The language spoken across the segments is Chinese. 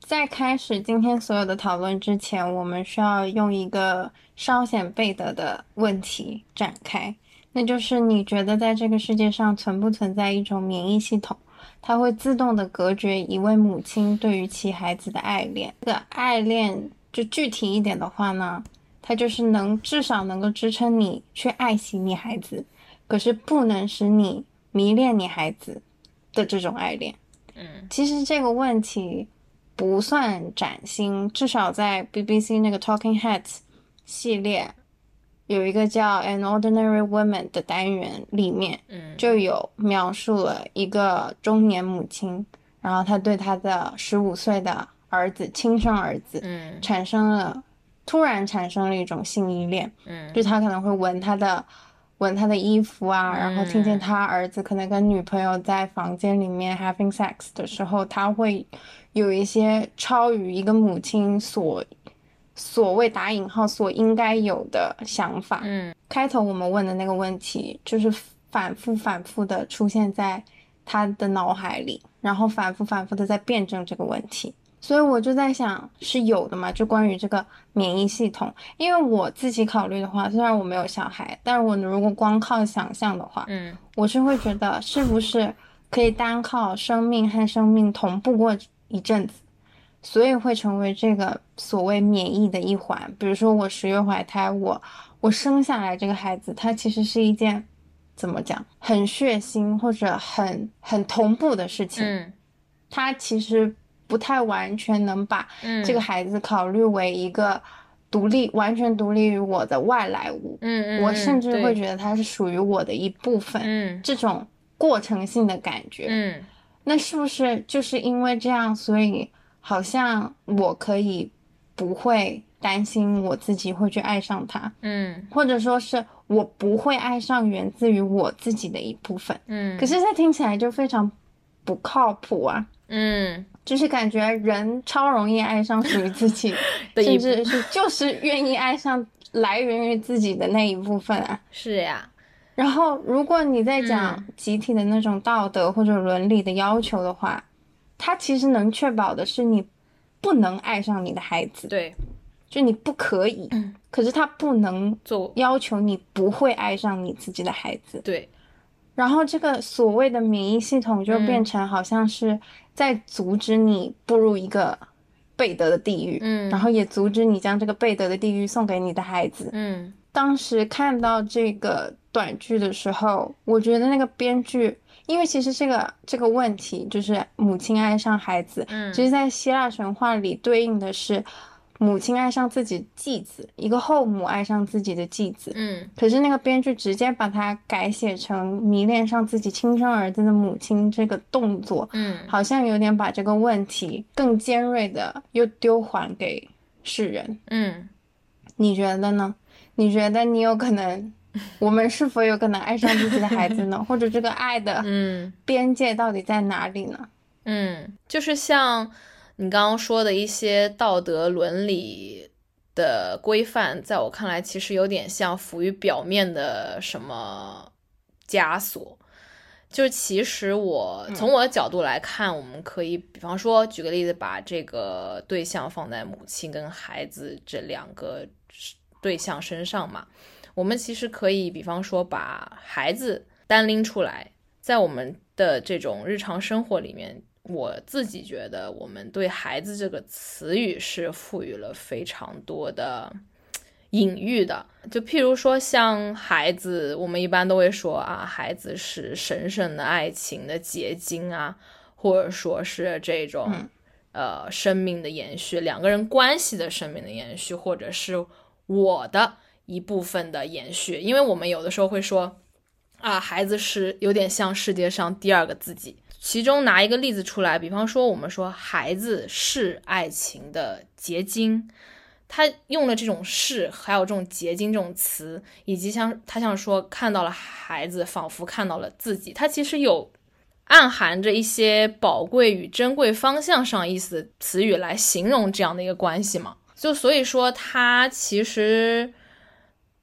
在开始今天所有的讨论之前，我们需要用一个稍显贝德的问题展开，那就是你觉得在这个世界上存不存在一种免疫系统，它会自动的隔绝一位母亲对于其孩子的爱恋？这个爱恋就具体一点的话呢，它就是能至少能够支撑你去爱惜你孩子，可是不能使你迷恋你孩子的这种爱恋。嗯其实这个问题不算崭新，至少在 BBC 那个 Talking Heads 系列有一个叫 An Ordinary Woman 的单元里面嗯，就有描述了一个中年母亲，然后她对她的十五岁的儿子亲生儿子嗯产生了突然产生了一种性依恋，嗯就他可能会闻他的闻他的衣服啊，然后听见他儿子可能跟女朋友在房间里面 having sex 的时候，他会有一些超于一个母亲所所谓打引号所应该有的想法。嗯开头我们问的那个问题，就是反复反复的出现在他的脑海里，然后反复反复的在辩证这个问题。所以我就在想，是有的嘛？就关于这个免疫系统，因为我自己考虑的话，虽然我没有小孩，但是我如果光靠想象的话，嗯我是会觉得是不是可以单靠生命和生命同步过一阵子，所以会成为这个所谓免疫的一环。比如说我十月怀胎，我我生下来这个孩子，他其实是一件怎么讲，很血腥或者很很同步的事情，嗯他其实不太完全能把嗯，这个孩子考虑为一个独立、完全独立于我的外来物。嗯嗯，我甚至会得觉得它是属于我的一部分。嗯这种过程性的感觉。嗯那是不是就是因为这样，所以好像我可以不会担心我自己会去爱上他，嗯或者说是我不会爱上源自于我自己的一部分？嗯，可是这听起来就非常不靠谱啊！嗯就是感觉人超容易爱上属于自己， 的一甚至部是就是愿意爱上来源于自己的那一部分啊。是呀，然后，如果你在讲嗯集体的那种道德或者伦理的要求的话，它其实能确保的是你不能爱上你的孩子，对，就你不可以。嗯可是它不能做要求你不会爱上你自己的孩子。对，然后，这个所谓的免疫系统就嗯变成好像是在阻止你步入一个贝德的地狱，嗯然后也阻止你将这个贝德的地狱送给你的孩子。嗯当时看到这个短剧的时候，我觉得那个编剧，因为其实这个这个问题就是母亲爱上孩子，嗯其实在希腊神话里对应的是母亲爱上自己继子，一个后母爱上自己的继子。嗯可是那个编剧直接把它改写成迷恋上自己亲生儿子的母亲这个动作，嗯好像有点把这个问题更尖锐的又丢还给世人。嗯，你觉得呢？你觉得你有可能，我们是否有可能爱上自己的孩子呢？或者这个爱的嗯。边界到底在哪里呢？嗯，就是像你刚刚说的一些道德伦理的规范，在我看来，其实有点像浮于表面的什么枷锁。就是其实我嗯从我的角度来看，我们可以比方说举个例子，把这个对象放在母亲跟孩子这两个对象身上嘛。我们其实可以，比方说把孩子单拎出来，在我们的这种日常生活里面，我自己觉得我们对“孩子”这个词语是赋予了非常多的嘖隐喻的。就譬如说，像孩子，我们一般都会说啊，孩子是神圣的爱情的结晶啊，或者说是这种、嗯呃生命的延续，两个人关系的生命的延续，或者是我的一部分的延续。因为我们有的时候会说。啊，孩子是有点像世界上第二个自己。其中拿一个例子出来，比方说我们说孩子是爱情的结晶，他用了这种“是”还有这种“结晶”这种词，以及像他像说看到了孩子，仿佛看到了自己，他其实有暗含着一些宝贵与珍贵方向上意思的词语来形容这样的一个关系嘛。就所以说，它其实，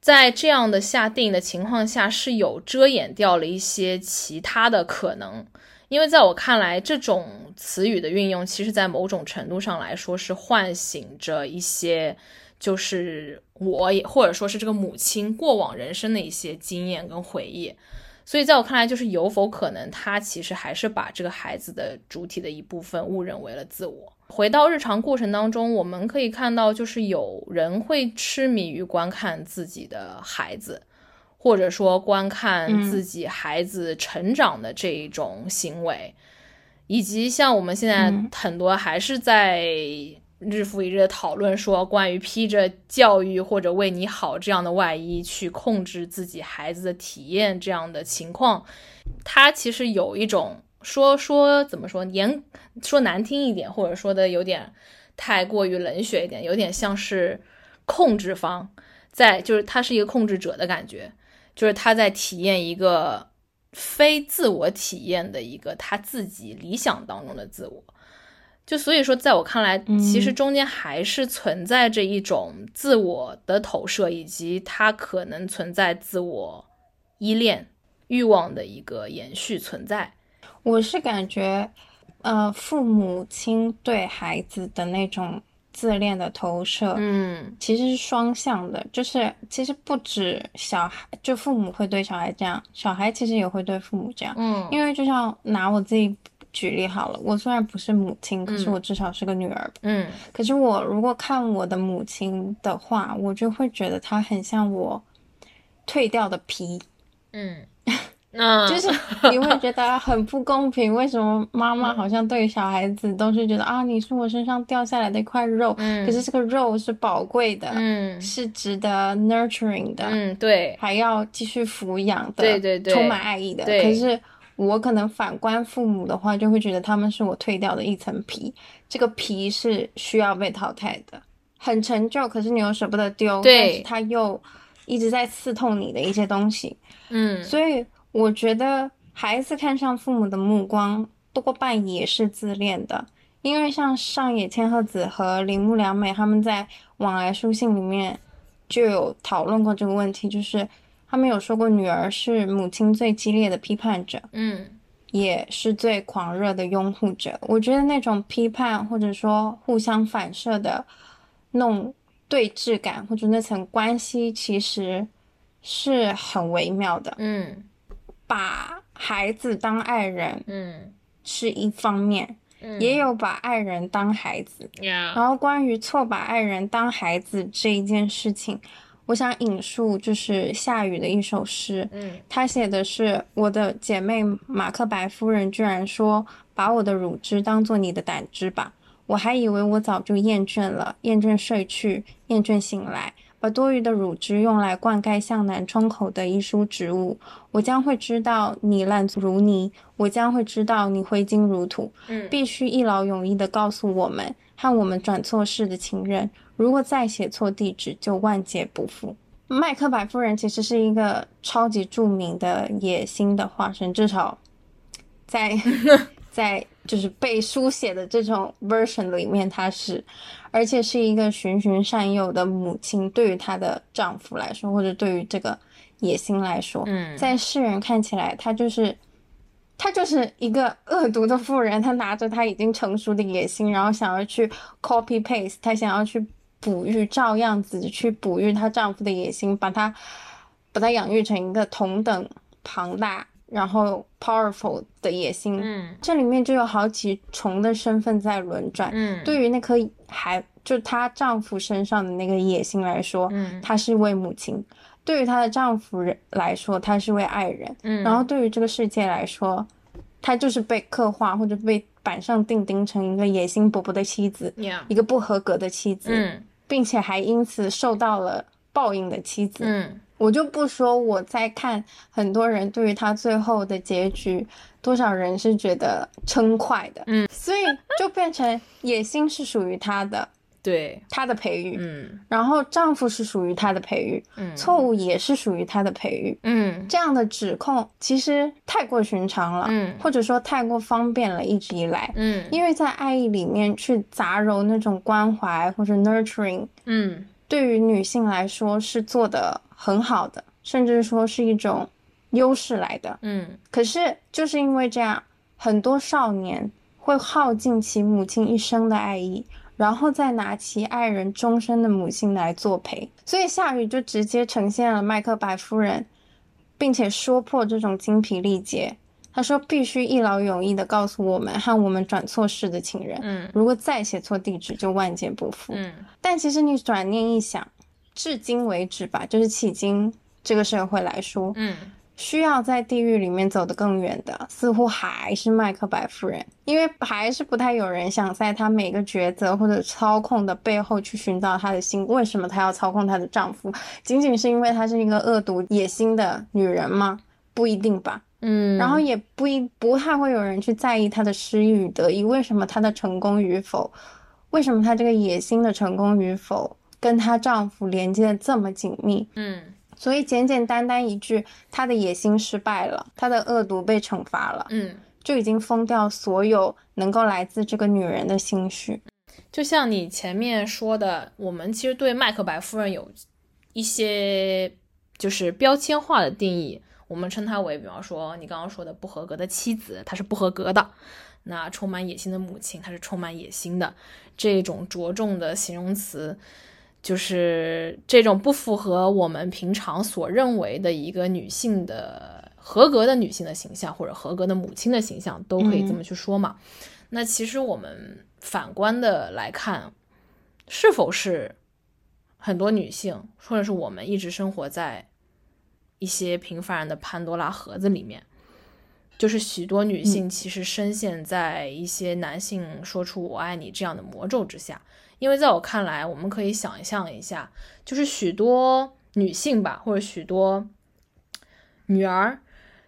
在这样的下定的情况下，是有遮掩掉了一些其他的可能，因为在我看来，这种词语的运用，其实在某种程度上来说是唤醒着一些，就是我也或者说是这个母亲过往人生的一些经验跟回忆。所以在我看来，就是有否可能，他其实还是把这个孩子的主体的一部分误认为了自我。回到日常过程当中，我们可以看到，就是有人会痴迷于观看自己的孩子，或者说观看自己孩子成长的这一种行为，以及像我们现在嗯很多还是在日复一日的讨论说，关于披着教育或者为你好这样的外衣去控制自己孩子的体验这样的情况，它其实有一种说说怎么说严说难听一点，或者说的有点太过于冷血一点，有点像是控制方在，就是他是一个控制者的感觉，就是他在体验一个非自我体验的一个他自己理想当中的自我。就所以说，在我看来，嗯其实中间还是存在着一种自我的投射，以及他可能存在自我依恋欲望的一个延续存在。我是感觉，呃，父母亲对孩子的那种自恋的投射，嗯其实是双向的，就是其实不止小孩，就父母会对小孩这样，小孩其实也会对父母这样。嗯因为就像拿我自己举例好了，我虽然不是母亲，可是嗯我至少是个女儿。嗯可是我如果看我的母亲的话，我就会觉得她很像我褪掉的皮， 嗯，那就是你会觉得很不公平，为什么妈妈嗯好像对于小孩子都是觉得啊，你是我身上掉下来的一块肉，嗯可是这个肉是宝贵的，嗯是值得 nurturing 的，嗯对还要继续抚养的，对对对充满爱意的。对可是我可能反观父母的话，就会觉得他们是我褪掉的一层皮，这个皮是需要被淘汰的，很陈旧，可是你又舍不得丢，对但是它又一直在刺痛你的一些东西。嗯所以我觉得孩子看上父母的目光，多半也是自恋的。因为像上野千鹤子和铃木良美他们在往来书信里面就有讨论过这个问题，就是他们有说过女儿是母亲最激烈的批判者，嗯也是最狂热的拥护者。我觉得那种批判或者说互相反射的那种对峙感，或者那层关系，其实是很微妙的。嗯把孩子当爱人嗯是一方面，嗯啊也有把爱人当孩子。呀然后关于错把爱人当孩子这一件事情，我想引述就是夏雨的一首诗，嗯她写的是我的姐妹马克白夫人居然说把我的乳汁当做你的胆汁吧，我还以为我早就厌倦了，厌倦睡去，厌倦醒来。把多余的乳汁用来灌溉向南窗口的一株植物，我将会知道你烂如泥，我将会知道你挥金如土，嗯必须一劳永逸地告诉我们和我们转错事的情人，如果再写错地址，就万劫不复。麦克白夫人其实是一个超级著名的野心的化身，至少在在就是被书写的这种 version 里面，她是，而且是一个循循善诱的母亲，对于她的丈夫来说，或者对于这个野心来说，嗯在世人看起来，她就是她就是一个恶毒的妇人，她拿着她已经成熟的野心，然后想要去 copy paste，她想要去哺育，照样子去哺育她丈夫的野心，把她把她养育成一个同等庞大然后 powerful 的野心。嗯这里面就有好几重的身份在轮转。嗯对于那颗还就她丈夫身上的那个野心来说，嗯她是为母亲；对于她的丈夫人来说，她是为爱人；嗯然后对于这个世界来说，她就是被刻画或者被板上钉钉成一个野心勃勃的妻子，呀一个不合格的妻子，嗯并且还因此受到了报应的妻子。嗯我就不说我在看很多人对于他最后的结局，多少人是觉得称快的，嗯，所以就变成野心是属于他的，对他的培育，嗯然后丈夫是属于他的培育，嗯错误也是属于他的培育，嗯这样的指控其实太过寻常了，嗯或者说太过方便了，一直以来。嗯因为在爱意里面去杂糅那种关怀或者 nurturing，嗯对于女性来说是做的很好的，甚至说是一种优势来的。嗯可是就是因为这样，很多少年会耗尽其母亲一生的爱意，然后再拿其爱人终身的母性来作陪。所以夏雨就直接呈现了麦克白夫人，并且说破这种精疲力竭。他说必须一劳永逸地告诉我们和我们转错事的情人，嗯如果再写错地址就万劫不复。嗯但其实你转念一想，至今为止吧，就是迄今这个社会来说，嗯，需要在地狱里面走得更远的，似乎还是麦克白夫人，因为还是不太有人想在她每个抉择或者操控的背后去寻找她的心。为什么她要操控她的丈夫？仅仅是因为她是一个恶毒野心的女人吗？不一定吧。嗯然后也不一不太会有人去在意她的失意与得意，为什么她的成功与否，为什么她这个野心的成功与否跟她丈夫连接得这么紧密？嗯所以简简单单一句，他的野心失败了，他的恶毒被惩罚了，嗯，就已经封掉所有能够来自这个女人的心绪。就像你前面说的，我们其实对麦克白夫人有一些就是标签化的定义，我们称她为，比方说你刚刚说的不合格的妻子，她是不合格的；那充满野心的母亲，她是充满野心的。这种着重的形容词，就是这种不符合我们平常所认为的一个女性的合格的女性的形象，或者合格的母亲的形象，都可以这么去说嘛。那其实我们反观的来看，是否是很多女性，或者是我们一直生活在一些平凡人的潘多拉盒子里面？就是许多女性其实深陷在一些男性说出“我爱你”这样的魔咒之下，因为在我看来，我们可以想象一下，就是许多女性吧，或者许多女儿，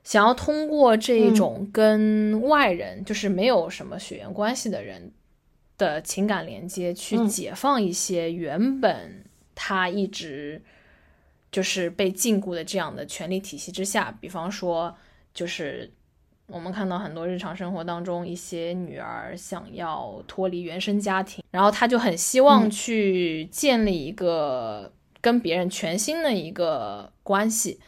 想要通过这种跟外人，就是没有什么血缘关系的人的情感连接，去嗯解放一些原本她一直就是被禁锢的这样的权力体系之下，比方说，就是我们看到很多日常生活当中一些女儿想要脱离原生家庭，然后她就很希望嗯去建立一个跟别人全新的一个关系，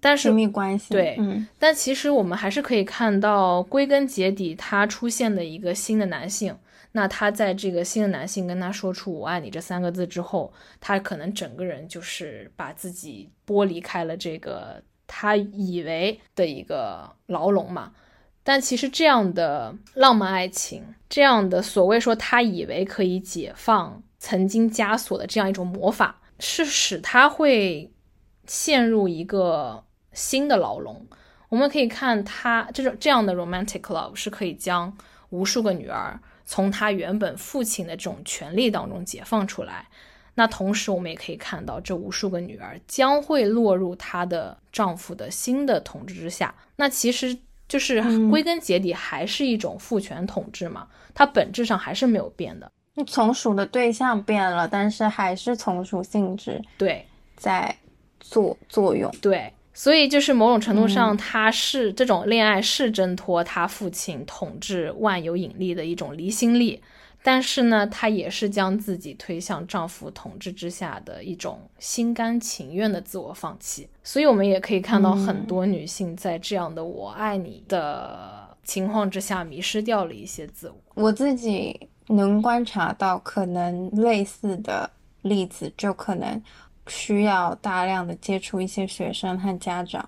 但是亲密关系，对嗯但其实我们还是可以看到，归根结底，他出现的一个新的男性，那他在这个新的男性跟他说出“我爱你”这三个字之后，他可能整个人就是把自己剥离开了这个他以为的一个牢笼嘛。但其实这样的浪漫爱情，这样的所谓说他以为可以解放曾经枷锁的这样一种魔法，是使他会陷入一个新的牢笼。我们可以看他这种这样的 romantic love 是可以将无数个女儿从她原本父亲的这种权利当中解放出来。那同时，我们也可以看到，这无数个女儿将会落入她的丈夫的新的统治之下。那其实就是嗯归根结底还是一种父权统治嘛，它本质上还是没有变的。那从属的对象变了，但是还是从属性质对，在作作用。对，所以就是某种程度上，嗯他是这种恋爱是挣脱他父亲统治万有引力的一种离心力，但是呢，她也是将自己推向丈夫统治之下的一种心甘情愿的自我放弃。所以我们也可以看到嗯很多女性在这样的“我爱你”的情况之下，迷失掉了一些自我。我自己能观察到，可能类似的例子就可能需要大量的接触一些学生和家长，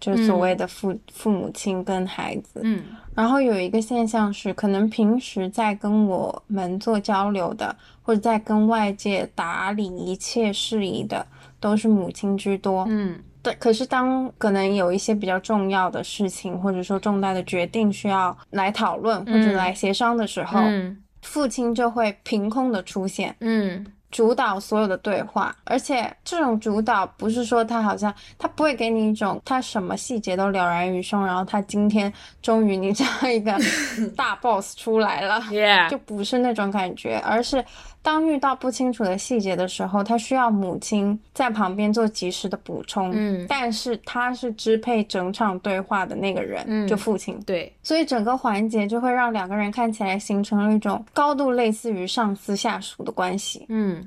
就是所谓的父父母亲跟孩子。嗯然后有一个现象是，可能平时在跟我们做交流的，或者在跟外界打理一切事宜的，都是母亲居多。嗯对，可是当可能有一些比较重要的事情，或者说重大的决定需要来讨论或者嗯来协商的时候，嗯父亲就会凭空的出现，嗯主导所有的对话。而且这种主导不是说他好像他不会给你一种他什么细节都了然于胸，然后他今天终于你这样一 个大 boss 出来了。就，Yeah，不是那种感觉，而是当遇到不清楚的细节的时候，他需要母亲在旁边做及时的补充。嗯但是他是支配整场对话的那个人，嗯就父亲。对，所以整个环节就会让两个人看起来形成了一种高度类似于上司下属的关系。嗯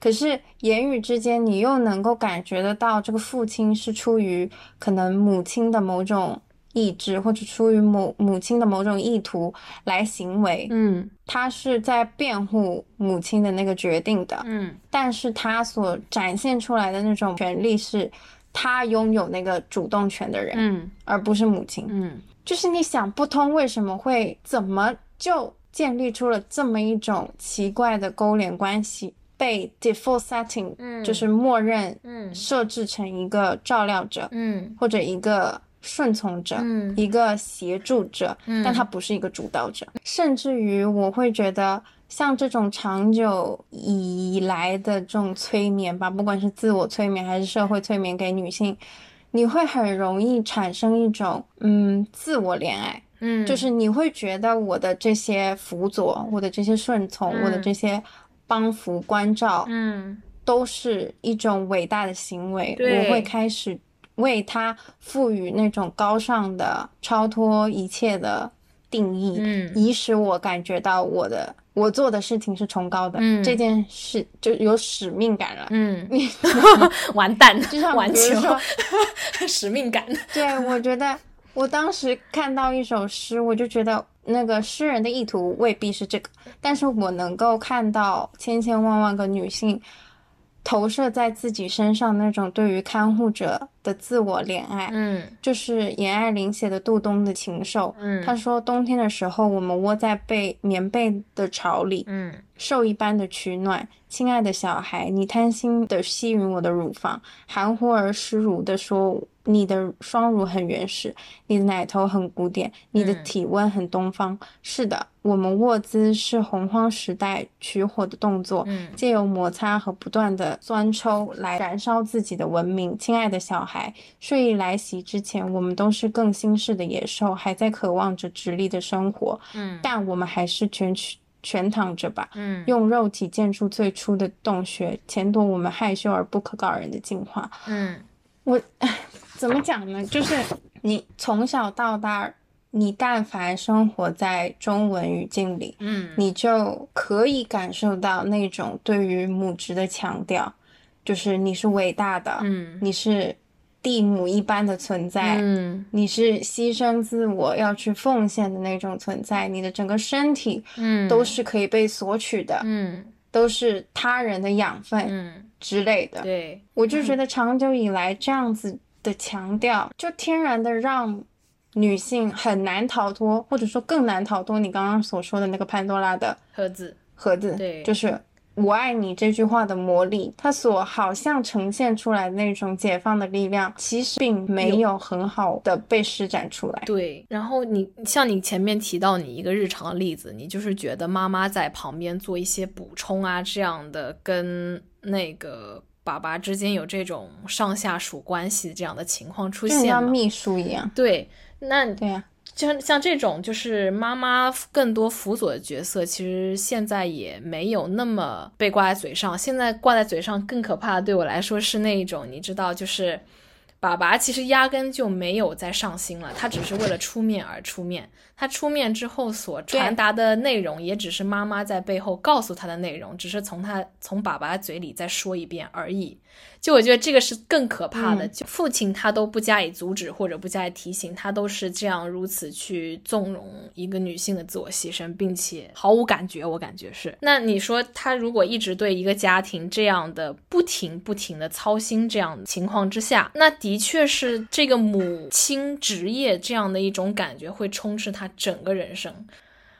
可是言语之间，你又能够感觉得到，这个父亲是出于可能母亲的某种意志或者出于母母亲的某种意图来行为，嗯他是在辩护母亲的那个决定的，嗯但是他所展现出来的那种权利是他拥有那个主动权的人，嗯而不是母亲。嗯就是你想不通为什么会怎么就建立出了这么一种奇怪的勾连关系，被 default setting，、嗯就是默认嗯设置成一个照料者嗯或者一个顺从者。嗯一个协助者，嗯但他不是一个主导者。甚至于，我会觉得像这种长久以来的这种催眠吧，不管是自我催眠还是社会催眠给女性，你会很容易产生一种嗯自我恋爱，嗯，就是你会觉得我的这些辅佐、我的这些顺从、嗯我的这些帮扶关照，嗯都是一种伟大的行为，对我会开始为它赋予那种高尚的、超脱一切的定义，嗯以使我感觉到我的我做的事情是崇高的，嗯这件事就有使命感了。嗯，你 完蛋，就像完比如球，说， 使命感，对我觉得我当时看到一首诗，我就觉得那个诗人的意图未必是这个，但是我能够看到千千万万个女性投射在自己身上那种对于看护者的自我怜爱。嗯就是严爱玲写的杜东的《禽兽》，嗯她说冬天的时候，我们窝在被棉被的巢里，嗯兽一般的取暖。亲爱的小孩，你贪心的吸吮我的乳房，含糊而湿濡的说，你的双乳很原始，你的奶头很古典，你的嗯体温很东方。是的，我们卧姿是洪荒时代取火的动作，嗯借由摩擦和不断的钻抽来燃烧自己的文明。亲爱的小孩，睡意来袭之前，我们都是更新式的野兽，还在渴望着直立的生活，嗯但我们还是全全躺着吧。嗯用肉体建筑最初的洞穴，钱夺我们害羞而不可告人的进化。嗯我 怎么讲呢？就是你从小到大，你但凡生活在中文语境里，嗯你就可以感受到那种对于母职的强调，就是你是伟大的，嗯你是地母一般的存在，嗯你是牺牲自我要去奉献的那种存在，你的整个身体嗯都是可以被索取的，嗯都是他人的养分嗯之类的。对我就觉得长久以来这样子的强嗯调，就天然的让女性很难逃脱，或者说更难逃脱你刚刚所说的那个潘多拉的盒子盒子。对就是“我爱你”这句话的魔力，它所好像呈现出来的那种解放的力量，其实并没有很好的被施展出来。对，然后你像你前面提到你一个日常的例子，你就是觉得妈妈在旁边做一些补充啊，这样的跟那个爸爸之间有这种上下属关系这样的情况出就现像嘛？秘书一样。对，那对啊呀、像像这种就是妈妈更多辅佐的角色，其实现在也没有那么被挂在嘴上。现在挂在嘴上更可怕的，对我来说是那一种，你知道，就是爸爸其实压根就没有在上心了，他只是为了出面而出面。他出面之后所传达的内容，也只是妈妈在背后告诉他的内容，只是从他从爸爸嘴里再说一遍而已。就我觉得这个是更可怕的，嗯就父亲他都不加以阻止或者不加以提醒，他都是这样如此去纵容一个女性的自我牺牲，并且毫无感觉。我感觉是，那你说他如果一直对一个家庭这样的不停不停的操心这样的情况之下，那的确是这个母亲职业这样的一种感觉会充斥他整个人生。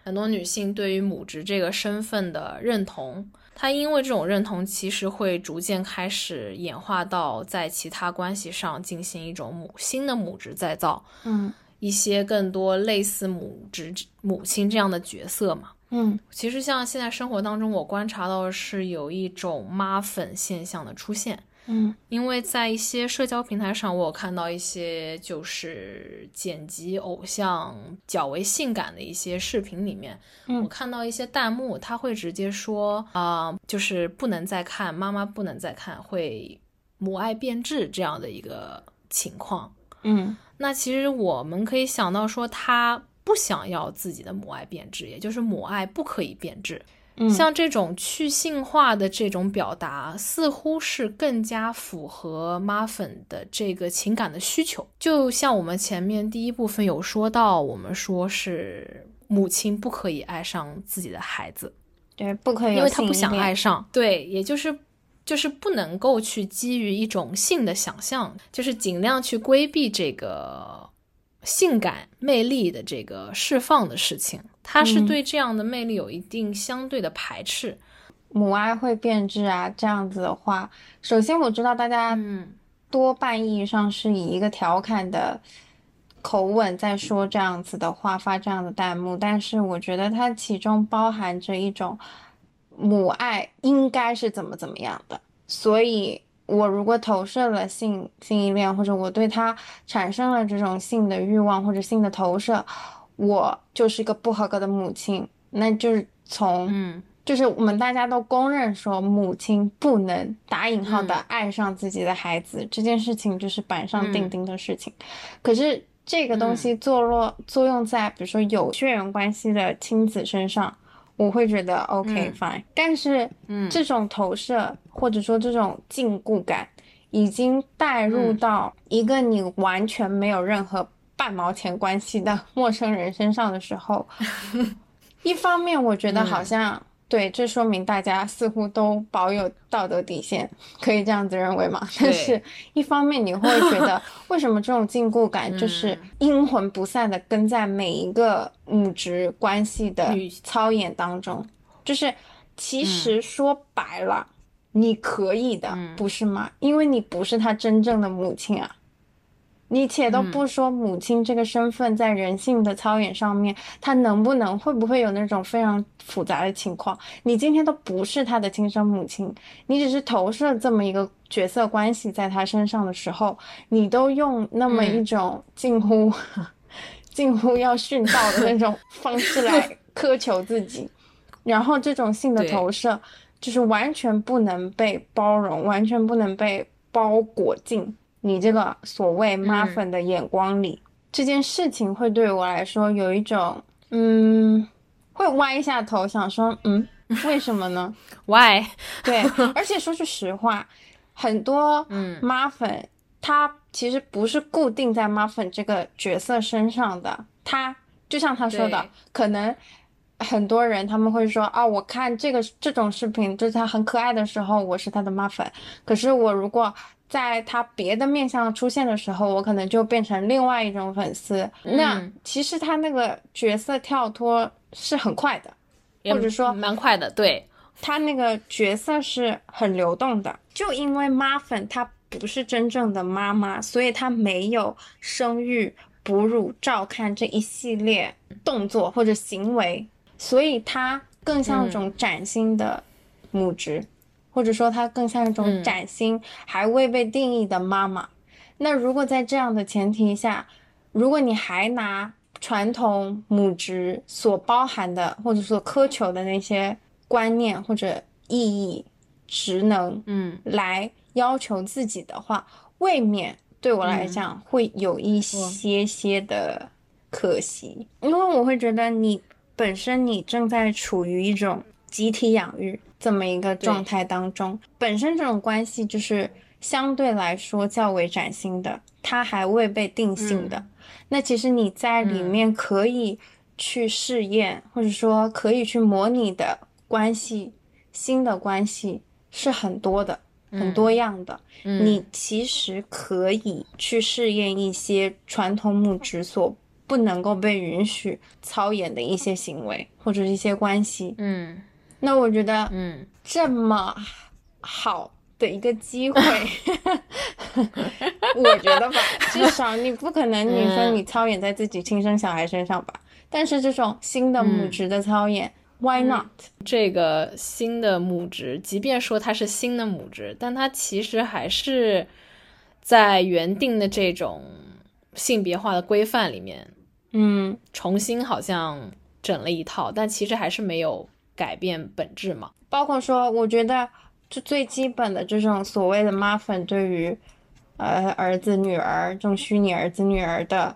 很多女性对于母职这个身份的认同，她因为这种认同，其实会逐渐开始演化到在其他关系上进行一种母新的母职再造，嗯一些更多类似母职母亲这样的角色嘛。嗯其实像现在生活当中，我观察到的是有一种妈粉现象的出现。嗯因为在一些社交平台上，我有看到一些就是剪辑偶像较为性感的一些视频里面，嗯我看到一些弹幕，他会直接说啊、就是不能再看，妈妈不能再看，会母爱变质这样的一个情况。嗯那其实我们可以想到说，他不想要自己的母爱变质，也就是母爱不可以变质。嗯，像这种去性化的这种表达，似乎是更加符合妈粉的这个情感的需求。就像我们前面第一部分有说到，我们说是母亲不可以爱上自己的孩子，对，不可以有因为她性不想恋爱上。对，也就是就是不能够去基于一种性的想象，就是尽量去规避这个性感魅力的这个释放的事情。他是嗯对这样的魅力有一定相对的排斥。母爱会变质啊，这样子的话，首先我知道大家嗯，多半意义上是以一个调侃的口吻在说这样子的话，发这样的弹幕，但是我觉得它其中包含着一种母爱应该是怎么怎么样的，所以我如果投射了性性依恋，或者我对他产生了这种性的欲望或者性的投射，我就是一个不合格的母亲，那就是从嗯，就是我们大家都公认说，母亲不能打引号的嗯爱上自己的孩子、这件事情，就是板上钉嗯钉的事情。可是这个东西坐落、作用在比如说有血缘关系的亲子身上，我会觉得 OK、嗯 fine。但是，嗯这种投射或者说这种禁锢感，已经带入嗯到一个你完全没有任何半毛钱关系的 陌生人身上的时候， 一方面我觉得好嗯像、对，这说明大家似乎都保有道德底线，可以这样子认为嘛？但对是，一方面你会觉 得，为什么这种禁锢感就是嗯阴魂不散的跟在每一个母职关系的女操演当中？就是其实说白了，你可以的，嗯不是吗？因为你不是他真正的母亲啊。你且都嗯不说母亲这个身份在人性的操演上面，她能不能会不会有那种非常复杂的情况？你今天都不是她的亲生母亲，你只是投射这么一个角色关系在她身上的时候，你都用那么一嗯种近乎、 近乎要殉道的那种方式来 苛求自己，然后这种性的对投射就是完全不能被包容，完全不能被包裹进你这个所谓妈嗯粉的眼光里。这件事情会对我来说有一种，嗯，会歪一下头想说，嗯，为什么呢？ ，why？对，而且说句实话，很多嗯妈粉她其实不是固定在妈粉这个角色身上的，她就像她说的对，可能很多人他们会说啊，我看这个这种视频，就是她很可爱的时候，我是她的妈粉，可是我如果。在她别的面相出现的时候，我可能就变成另外一种粉丝。那嗯其实她那个角色跳脱是很快的，也或者说蛮快的，对，他那个角色是很流动的，就因为妈粉她不是真正的妈妈，所以她没有生育、哺乳、照看这一系列动作或者行为，所以她更像一种崭新的母职，或者说她更像一种嗯崭新还未被定义的妈妈。那如果在这样的前提下，如果你还拿传统母职所包含的或者所苛求的那些观念或者意义、职能嗯，来要求自己的话，未免对我来讲会有一些些的可惜，因为我会觉得你本身你正在处于一种集体养育这么一个状态当中，本身这种关系就是相对来说较为崭新的，它还未被定性的。那其实你在里面可以去试验，或者说可以去模拟的关系，新的关系是很多的，很多样的。嗯你其实可以去试验一些传统母职所不能够被允许操演的一些行为或者一些关系。嗯那我觉得嗯，这么好的一个机 会，我觉得吧，至少你不可能你说嗯你操演在自己亲生小孩身上吧，但是这种新的母嗯职的操演、w h y not？这个新的母职，即便说它是新的母职，但它其实还是在原定的这种性别化的规范里面，嗯，重新好像整了一套，但其实还是没有改变本质嘛。包括说，我觉得就最基本的这种所谓的妈粉对于呃儿子、女儿这种虚拟儿子、女儿的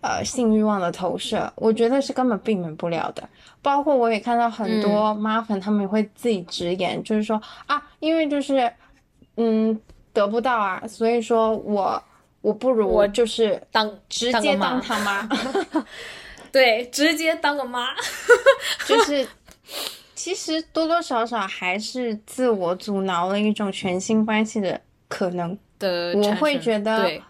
呃性欲望的投射，我觉得是根本避免不了的。包括我也看到很多嗯妈粉，他们也会自己直言，就是说啊，因为就是嗯得不到啊，所以说我我不如我就是当直当个接妈当他 妈，对，直接当个妈。就是其实多多少少还是自我阻挠了一种全新关系的可能。的我产会生觉得对，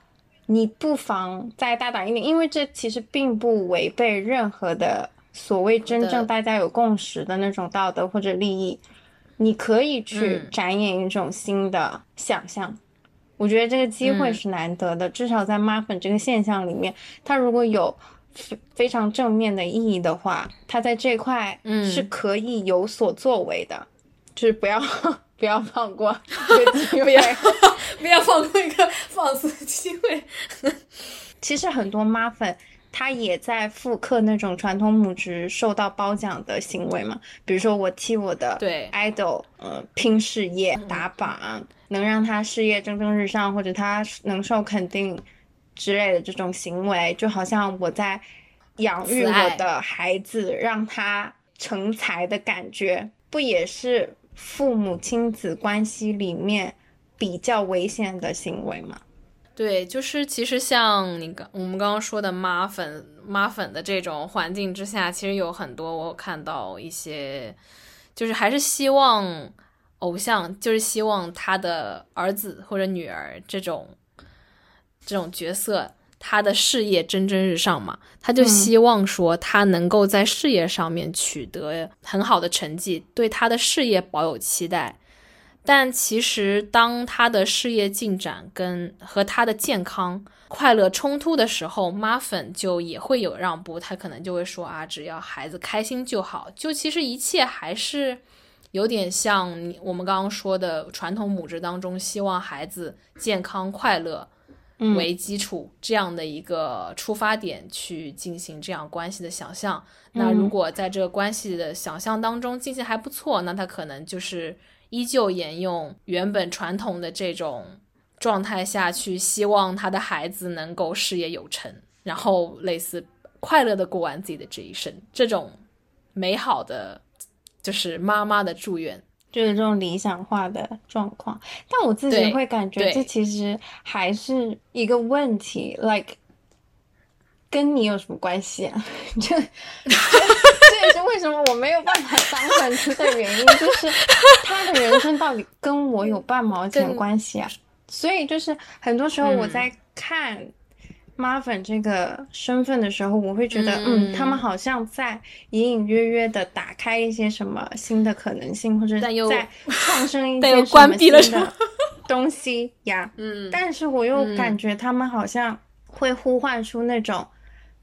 你不妨再大胆一点，因为这其实并不违背任何的所谓真好的正大家有共识的那种道德或者利益。你可以去嗯展演一种新的想象，我觉得这个机会嗯是难得的。至少在妈粉这个现象里面，它如果有非非常正面的意义的话，它在这块嗯是可以有所作为的，就是不要 不要放过这个 机会。不要放过一个放肆的机会。其实很多妈粉，她也在复刻那种传统母职受到褒奖的行为嘛，比如说我替我的对嗯 idol 呃拼事业打榜，能让他事业蒸蒸日上，或者他能受肯定之类的这种行为，就好像我在养育慈爱我的孩子，让他成才的感觉，不也是父母亲子关系里面比较危险的行为吗？对，就是其实像你刚我们刚刚说的妈粉妈粉的这种环境之下，其实有很多我看到一些，就是还是希望偶像，就是希望他的儿子或者女儿这种这种角色，他的事业蒸蒸日上嘛，他就嗯希望说他能够在事业上面取得很好的成绩，对他的事业保有期待。但其实，当他的事业进展跟和他的健康、快乐冲突的时候，妈粉就也会有让步，他可能就会说啊，只要孩子开心就好。就其实一切还是有点像你我们刚刚说的传统母职当中，希望孩子健康快乐，嗯为基础这样的一个出发点去进行这样关系的想象。那嗯如果在这个关系的想象当中进行还不错，那他可能就是依旧沿用原本传统的这种状态下去，希望他的孩子能够事业有成，然后类似快乐的过完自己的这一生，这种美好的就是妈妈的祝愿。就是这种理想化的状况。但我自己对会感觉对这其实还是一个问题，like 跟你有什么关系啊？这这也是为什么我没有办法当粉丝的原因，就是他的人生到底跟我有半毛钱跟关系啊？所以就是很多时候我嗯在看妈粉这个身份的时候，我会觉得，嗯嗯，他们好像在隐隐约约的打开一些什么新的可能性，或者但又在创生一 但些又关闭了什么什新 的东西呀。嗯但是我又嗯感觉他们好像会呼唤出那种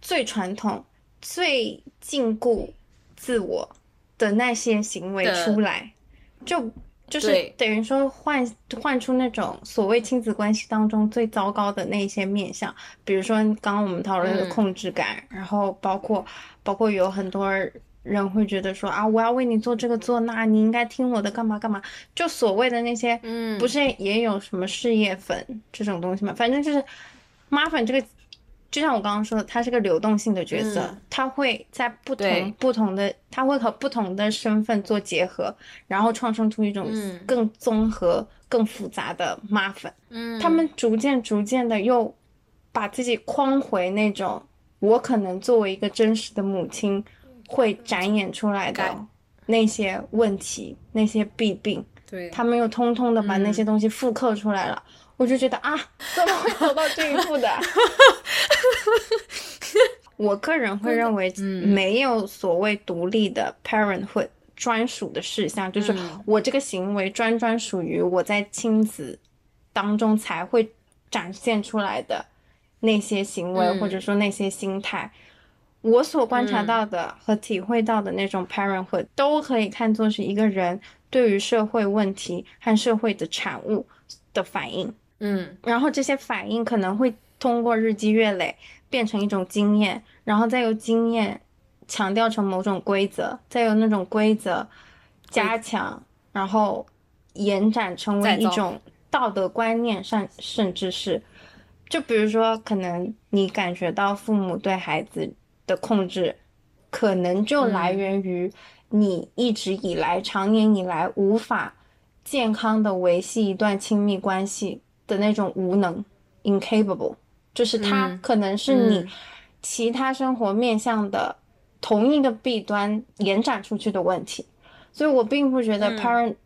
最传统、最禁锢自我的那些行为的出来，就就是对等于说唤唤出那种所谓亲子关系当中最糟糕的那些面相，比如说刚刚我们讨论的嗯控制感，然后包括包括有很多人会觉得说啊，我要为你做这个做那，你应该听我的干嘛干嘛，就所谓的那些嗯不是也有什么事业粉这种东西嘛？反正就是妈粉这个，就像我刚刚说的，它是个流动性的角色，嗯它会在不同对不同的，它会和不同的身份做结合，然后创生出一种嗯更综合、更复杂的妈粉。嗯，他们逐渐逐渐的又把自己框回那种我可能作为一个真实的母亲会展演出来嗯改的那些问题、那些弊病。对嗯他们又通通的把那些东西复刻出来了，我就觉得啊，怎么会走到这一步 的？我个人会认为，嗯没有所谓独立的 parenthood 专属的事项，就是嗯我这个行为专专属于我在亲子当中才会展现出来的那些行为，嗯或者说那些心态。我所观察到的和体会到的那种 parenthood，、都可以看作是一个人对于社会问题和社会的产物的反应。嗯然后这些反应可能会通过日积月累变成一种经验，然后再由经验强调成某种规则，再由那种规则加强，然后延展成为再一造种道德观念，甚甚至是就比如说，可能你感觉到父母对孩子的控制，可能就嗯来源于你一直以来、常年以来无法健康的维系一段亲密关系的那种无能 （incapable），就是它嗯可能是你嗯其他生活面向的同一个弊端延展出去的问题。所以我并不觉得嗯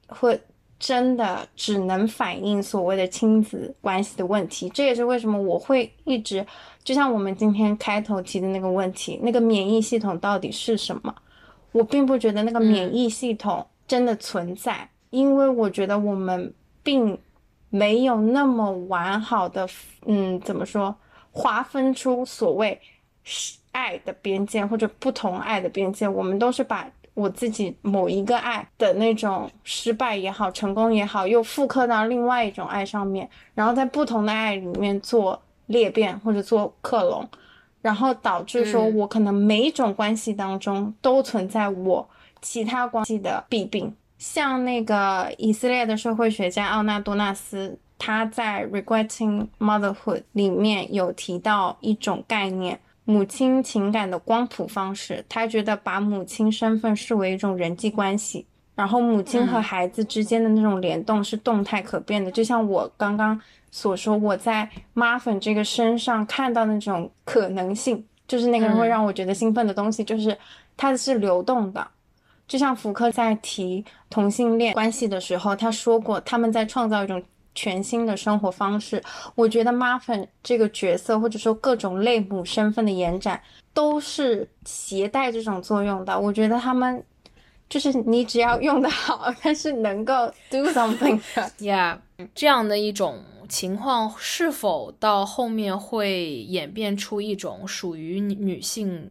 parenthood 真的只能反映所谓的亲子关系的问题。这也是为什么我会一直，就像我们今天开头提的那个问题，那个免疫系统到底是什么？我并不觉得那个免疫系统真的存在，因为我觉得我们并没有那么完好的，嗯，怎么说，划分出所谓是爱的边界或者不同爱的边界，我们都是把我自己某一个爱的那种失败也好、成功也好，又复刻到另外一种爱上面，然后在不同的爱里面做裂变或者做克隆，然后导致说嗯我可能每一种关系当中都存在我其他关系的弊病。像那个以色列的社会学家奥纳多纳斯，他在《Regretting Motherhood》里面有提到一种概念——母亲情感的光谱方式。他觉得把母亲身份视为一种人际关系，然后母亲和嗯孩子之间的那种联动是动态可变的。就像我刚刚所说，我在妈粉这个身上看到那种可能性，就是那个会嗯让我觉得兴奋的东西，就是它是流动的。就像福柯在提同性恋关系的时候，他说过他们在创造一种全新的生活方式。我觉得妈粉这个角色，或者说各种类母身份的延展，都是携带这种作用的。我觉得他们就是你只要用得好，但是能够 do something 的。 Yeah，这样的一种情况是否到后面会演变出一种属于女女性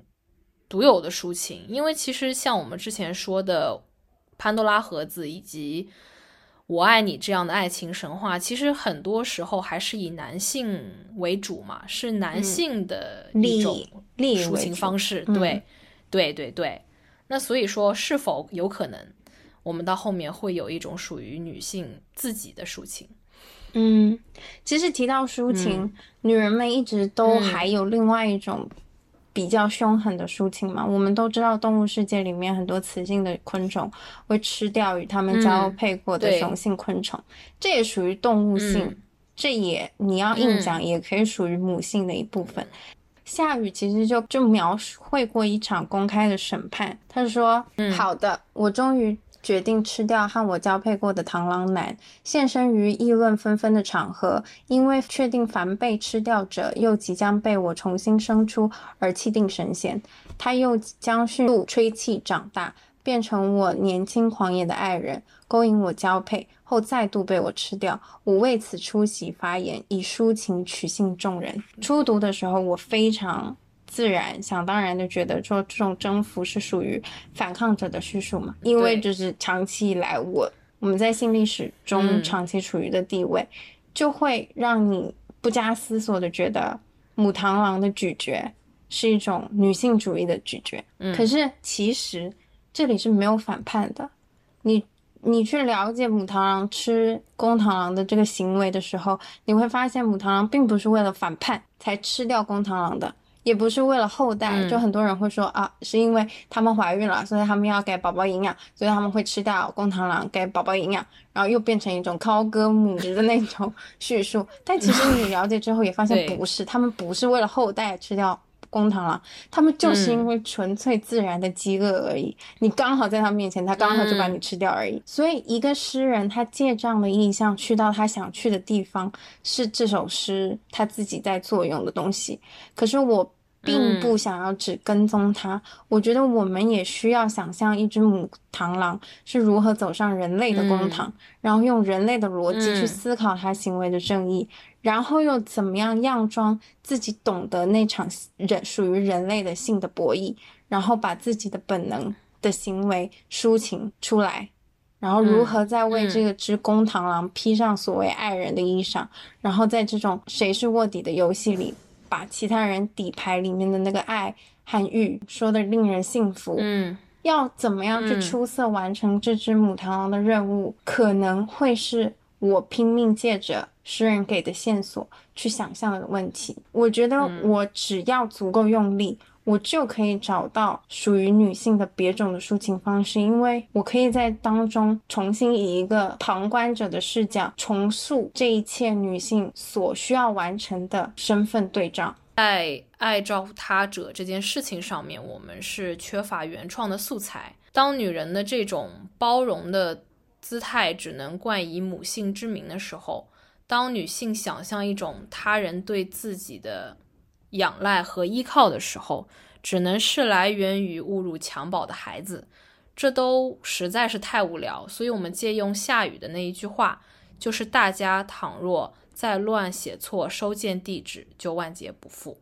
独有的抒情？因为其实像我们之前说的《潘多拉盒子》以及《我爱你》这样的爱情神话，其实很多时候还是以男性为主嘛，是男性的利一益种利益抒为情主方式。嗯对，对对对。那所以说，是否有可能我们到后面会有一种属于女性自己的抒情？嗯，其实提到抒情，女人们一直都嗯还有另外一种比较凶狠的抒情嘛。我们都知道，动物世界里面很多雌性的昆虫会吃掉与它们交嗯配过的对雄性昆虫，这也属于动物性。嗯这也你要硬嗯讲，也可以属于母性的一部分。夏雨其实就就描绘过一场公开的审判，他说：“好的，我终于决定吃掉和我交配过的螳螂男，现身于议论纷纷的场合，因为确定凡被吃掉者又即将被我重新生出而气定神闲，他又将迅速吹气长大，变成我年轻狂野的爱人，勾引我交配后再度被我吃掉。我为此出席发言，以抒情取信众人。初读的时候，我非常自然、想当然的觉得说这种征服是属于反抗者的叙述嘛，因为就是长期以来我我们在性历史中嗯长期处于的地位，就会让你不加思索的觉得母螳螂的咀嚼是一种女性主义的咀嚼。嗯可是其实这里是没有反叛的，你你去了解母螳螂吃公螳螂的这个行为的时候，你会发现母螳螂并不是为了反叛才吃掉公螳螂的。也不是为了后代，嗯就很多人会说啊，是因为他们怀孕了，所以他们要给宝宝营养，所以他们会吃掉公螳螂给宝宝营养，然后又变成一种高歌母职的那种叙述。但其实你了解之后也发现对不是，他们不是为了后代吃掉公螳螂，他们就是因嗯为纯粹自然的饥饿而已。你刚好在他面前，他刚好就把嗯你吃掉而已。所以，一个诗人他借这样的意象去到他想去的地方，是这首诗他自己在作用的东西。可是我并嗯不想要只跟踪它，我觉得我们也需要想象一只母螳螂是如何走上人类的公堂，然后用人类的逻辑去嗯思考它行为的正义，然后又怎么样佯装自己懂得那场人属于人类的性的博弈，然后把自己的本能的行为抒情出来，然后如嗯何再为嗯这个只公螳螂披上所谓爱人的衣裳，然后在这种谁是卧底的游戏里，把其他人底牌里面的那个爱和欲说的令人信服，嗯要怎么样去嗯出色完成这只母螳螂的任务，可能会是我拼命借着诗人给的线索去想象的问题。我觉得我只要足够用力，我就可以找到属于女性的别种的抒情方式，因为我可以在当中重新以一个旁观者的视角重塑这一切女性所需要完成的身份对照。在爱照顾他者这件事情上面，我们是缺乏原创的素材。当女人的这种包容的姿态只能冠以母性之名的时候，当女性想象一种他人对自己的仰赖和依靠的时候，只能是来源于侮辱襁褓的孩子，这都实在是太无聊。所以，我们借用夏雨的那一句话，就是大家倘若。再乱写错收件地址，就万劫不复。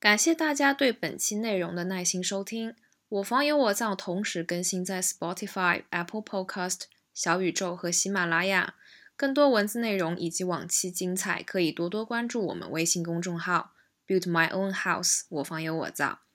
感谢大家对本期内容的耐心收听。我方有我藏同时更新在 Spotify、Apple Podcast、小宇宙和喜马拉雅。更多文字内容以及往期精彩，可以多多关注我们微信公众号 “Build My Own House”。我方有我造。